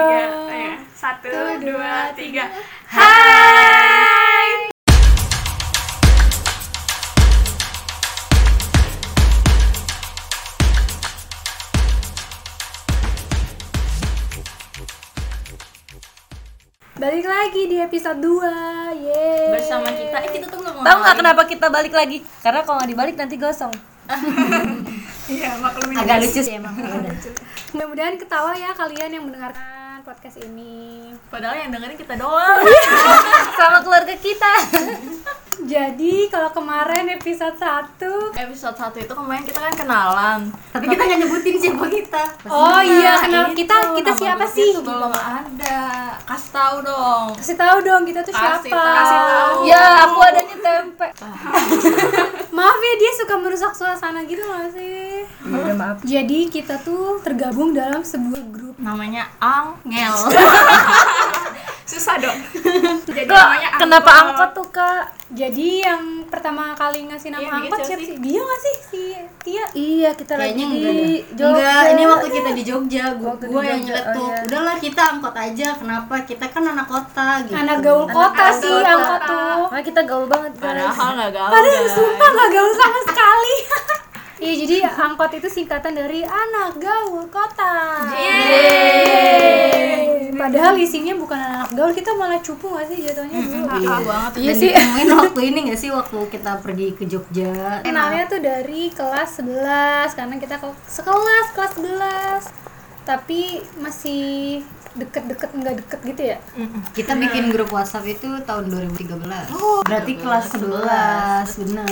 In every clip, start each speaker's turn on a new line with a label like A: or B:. A: eh, Satu, dua, tiga.
B: Hai.
C: Balik lagi di episode 2 Yeay
A: Bersama kita. Eh kita tuh belum
B: Tahu nggak kenapa kita balik lagi? Karena kalau nggak dibalik nanti gosong.
A: Iya, maklumin.
B: Agak lucu sih emang.
C: Mudah-mudahan ketawa ya kalian yang mendengarkan podcast ini
A: Padahal yang dengerin kita doang.
B: Sama keluarga kita.
C: Jadi kalau kemarin episode 1
A: Episode 1 itu kemarin kita kan kenalan.
D: tapi kita nggak nyebutin siapa kita
C: Oh iya, kenal
A: Itu,
C: kita, kita
A: nama
C: siapa
A: grupnya
C: sih?
A: Nah, tuh belum ada. Kasih tahu dong.
C: Kasih tahu dong kita tuh
A: Kasih
C: siapa
A: tahu. Kasih tahu.
B: ya, aku adanya tempe.
C: Maaf ya dia suka merusak suasana gitu gak sih?
B: Udah maaf.
C: Jadi kita tuh tergabung dalam sebuah grup
A: Namanya Angel. Susah dong. Jadi
B: Kok kenapa angkot tuh, Kak?
C: Jadi yang pertama kali
A: Iya,
C: ngasih
A: dia
C: nama angkot siapa
A: siapa
C: sih?
A: sih?
C: Dia gak sih? Si Tia?
B: Iya, kita
D: kayaknya enggak deh. enggak ini waktu kita di Jogja gua,
B: Waktu di
D: gua yang
B: Jogja,
D: nyeletuk
B: oh iya.
D: udahlah kita angkot aja kenapa kita kan anak kota gitu
C: Anak gaul kota
A: gaul
C: sih
A: kota.
C: angkot tuh
B: Makanya kita gaul banget, guys.
A: Padahal nggak gaul.
C: Padahal
A: guys.
C: sumpah gak gaul sama sekali Iya jadi angkot itu singkatan dari anak gaul kota Yeay. Padahal isinya bukan anak gaul, kita malah cupu gak sih jatuhnya dulu Ah,
A: Iya banget.
D: dan ditemuin waktu ini nggak sih waktu kita pergi ke Jogja
C: Kenalnya tuh dari kelas 11, karena kita ke- sekelas, kelas 11 Tapi masih deket-deket, nggak deket gitu ya
D: kita bikin grup WhatsApp itu tahun 2013 berarti kelas 11 benar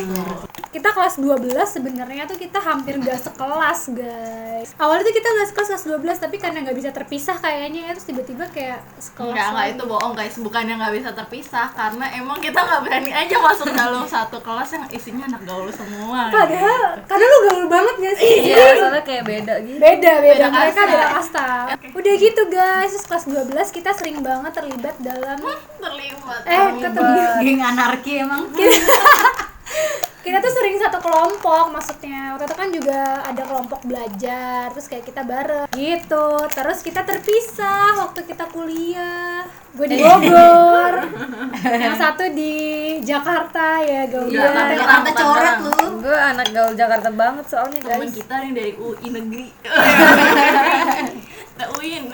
C: kita kelas 12 sebenarnya tuh kita hampir gak sekelas guys awalnya tuh kita gak sekelas kelas 12 tapi karena gak bisa terpisah kayaknya ya terus tiba-tiba kayak sekelas
A: Enggak, enggak
C: lagi.
A: itu bohong guys, bukannya nggak bisa terpisah karena emang kita nggak berani aja masuk dalam satu kelas yang isinya anak gaul semua.
C: padahal karena lu gaul banget gak sih
B: Iya, soalnya kayak beda gitu.
C: beda beda,
A: Beda
C: mereka
A: kasta.
C: beda kasta udah gitu guys terus kelas 12 kita sering banget terlibat dalam
A: terlibat.
C: eh ketemu
D: geng anarki emang
C: kita tuh sering satu kelompok maksudnya waktu itu kan juga ada kelompok belajar terus kayak kita bareng gitu terus kita terpisah waktu kita kuliah gue
B: Eh.
C: di Bogor yang satu di Jakarta ya gaul
A: Iya,
C: banget.
A: Tangerang,
D: Jakarta coret
A: Tangerang.
D: lu
B: Gue anak gaul Jakarta banget soalnya,
A: Temen
B: guys.
A: kita yang dari UI negeri. Nah, UIN.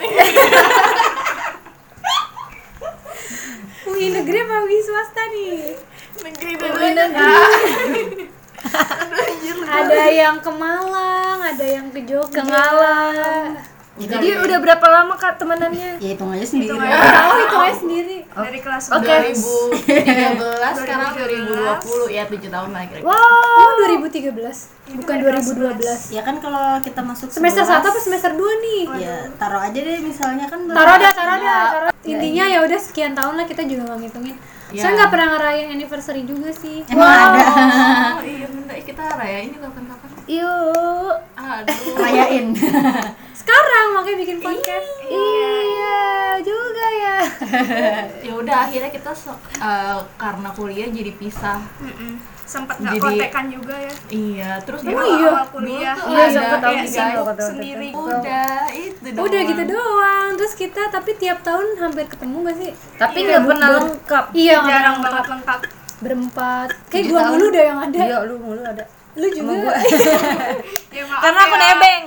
C: UI negeri apa UI swasta nih
A: negeri
B: Ui
A: dulu.
B: negeri.
C: ada yang ke Malang ada yang ke Jogja
B: Ke Ngalang. Jadi udah berapa lama Kak temenannya?
D: ya hitung aja sendiri
C: tahu itu aja sendiri
E: dari kelas
B: Oke.
A: 2013 sekarang 2020 ya 7 tahun lagi.
C: oh 2013 bukan 2012
D: ya kan kalau kita masuk
C: semester 1
D: 11,
C: apa semester 2 nih
E: Oh, iya.
D: ya taruh aja deh misalnya kan baru-
C: taruh dah taruh dah taruh
E: Iya,
C: intinya ya udah sekian tahun lah kita juga nggak ngitungin saya nggak pernah ngerayain anniversary juga sih
D: emang ada
A: Oh, iya bentar kita rayain juga kapan-kapan.
B: Yuk.
A: kan, Aduh.
D: rayain
C: sekarang makanya bikin podcast iya juga ya
A: Ya udah akhirnya kita se- eh, karena kuliah jadi pisah.
E: sempat nggak
A: Jadi-
E: kontekan juga ya
A: Iya, terus
E: di
A: dulu-
E: awal,
C: iya.
E: awal kuliah
A: Dulu tuh
B: Iya,
A: ada-
B: sempet tahun
A: iya,
B: tiga,
A: sibuk
B: kalau tahun tiga.
E: sendiri
A: Udah, itu doang.
C: udah gitu doang terus kita tapi tiap tahun hampir ketemu gak sih
B: Tapi nggak pernah lengkap.
C: iya nggak
E: jarang
C: pernah
E: banget lengkap
C: berempat kayak gua mulu udah yang ada
B: Iya, lu mulu ada.
C: lu juga
E: ya maaf
B: Karena aku
E: ya.
B: nebeng.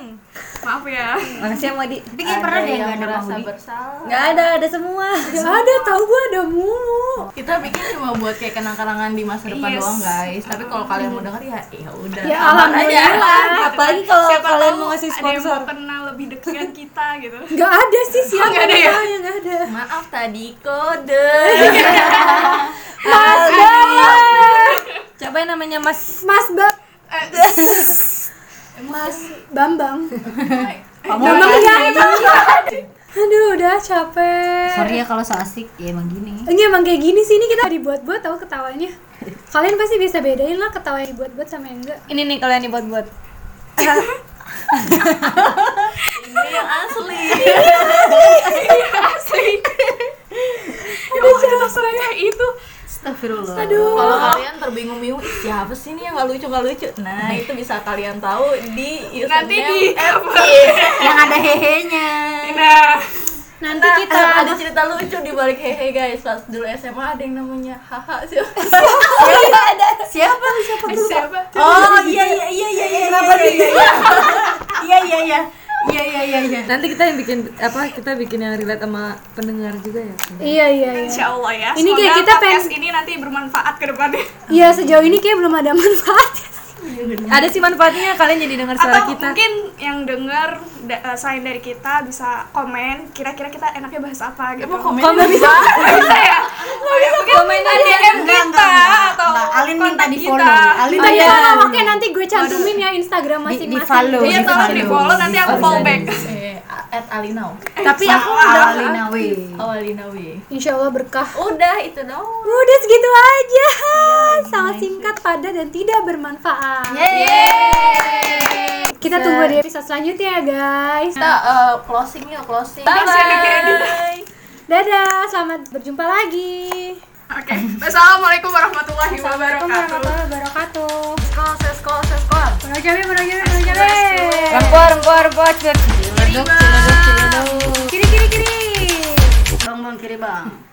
E: maaf ya
B: Makasih mau di.
D: tapi kayak pernah deh
A: yang
D: nggak ada
A: merasa
D: mahudi
A: bersalah.
B: Nggak ada, ada semua.
C: nggak ada tahu gua ada mulu
A: Kita bikin cuma buat kayak kenang-kenangan di masa depan
E: Yes.
A: doang, guys. Tapi kalau kalian mau denger ya ya udah.
C: ya
A: Sabar aja.
C: alhamdulillah
B: Apalagi kalau
E: siapa
B: kalian
E: tahu
B: mau ngasih
E: ada yang
B: sponsor.
E: mau kenal lebih dekat dengan kita gitu
C: nggak ada sih siapa
E: nggak ada ya?
C: tahu yang nggak ada
A: Maaf tadi kode.
B: Mas Coba yang namanya Mas
C: mas bab
E: Eh,
A: Mas,
C: bambang
D: Pak
C: bambang
D: Mokas.
C: ya itu aduh udah capek
D: sorry ya kalau so asik ya emang gini
C: Ini emang kayak gini sih, ini kita dibuat-buat tau ketawanya Kalian pasti bisa bedain lah ketawa yang dibuat-buat sama yang enggak
B: ini nih kalau yang dibuat-buat.
A: ini yang asli.
C: Aduh, capek
E: itu
D: astagfirullah
C: Aduh,
A: Kalau kalian terbingung-bingung, "Ih, siapa sih ini yang nggak lucu nggak lucu? Nah itu bisa kalian tahu di
E: nanti di
A: username
D: yang ada hehenya
E: nah
C: Nanti kita
A: Eh, ada cerita lucu di balik hehe guys pas dulu SMA ada yang namanya haha siapa
D: Siapa? Siapa?
E: Eh, siapa?
A: oh iya iya iya iya iya
D: Kenapa
A: iya, iya iya iya iya iya iya iya iya
B: Nanti kita yang bikin apa? Kita bikin yang relate sama pendengar juga ya.
C: Iya iya iya.
E: Insya Allah ya.
C: Ini kayak
E: Semoga
C: kita
E: podcast
C: pengen-
E: ini nanti bermanfaat ke depannya.
C: Iya sejauh ini kayak belum ada manfaat.
B: Ada sih manfaatnya kalian jadi dengar suara
E: Atau
B: kita.
E: mungkin yang denger da- eh, selain dari kita bisa komen kira-kira kita enaknya bahas apa gitu.
A: emang komen
B: Komen
A: bisa
E: bisa ya? Komen
C: Iya,
E: DM
D: Enggak,
E: kita
D: enggak, enggak.
E: atau
D: Mbak Alin minta
E: kontak
D: di
E: kita.
D: follow. Alin
C: Minta
D: minta
C: di
D: di
C: follow, oke nanti gue cantumin ya Instagram
D: Iya. Di-
C: masing-masing.
D: di follow.
E: Iya,
D: Di
E: tolong di
D: follow.
E: follow nanti aku
B: Bisa
E: follow
B: jadi.
E: back.
A: eh at Alina oke
B: Tapi aku udah
D: Alina Wei.
A: Alina we
C: Insya Allah berkah.
A: udah itu dong
C: Udah segitu aja. Sangat singkat, padat dan tidak bermanfaat. Kita tunggu di episode selanjutnya ya guys.
A: kita eh, closing yuk closing bye bye
C: Dadah, selamat berjumpa lagi.
E: Oke. Wassalamualaikum warahmatullahi wabarakatuh.
C: Assalamualaikum warahmatullahi wabarakatuh.
A: sekolah sekolah sekolah
C: Bunuh jabe, bunuh jabe, bunuh jabe.
D: Rempah, rempah, rempah. Ciledug, ciledug, ciledug.
C: Kiri, kiri, kiri.
D: Bang, bang, kiri bang.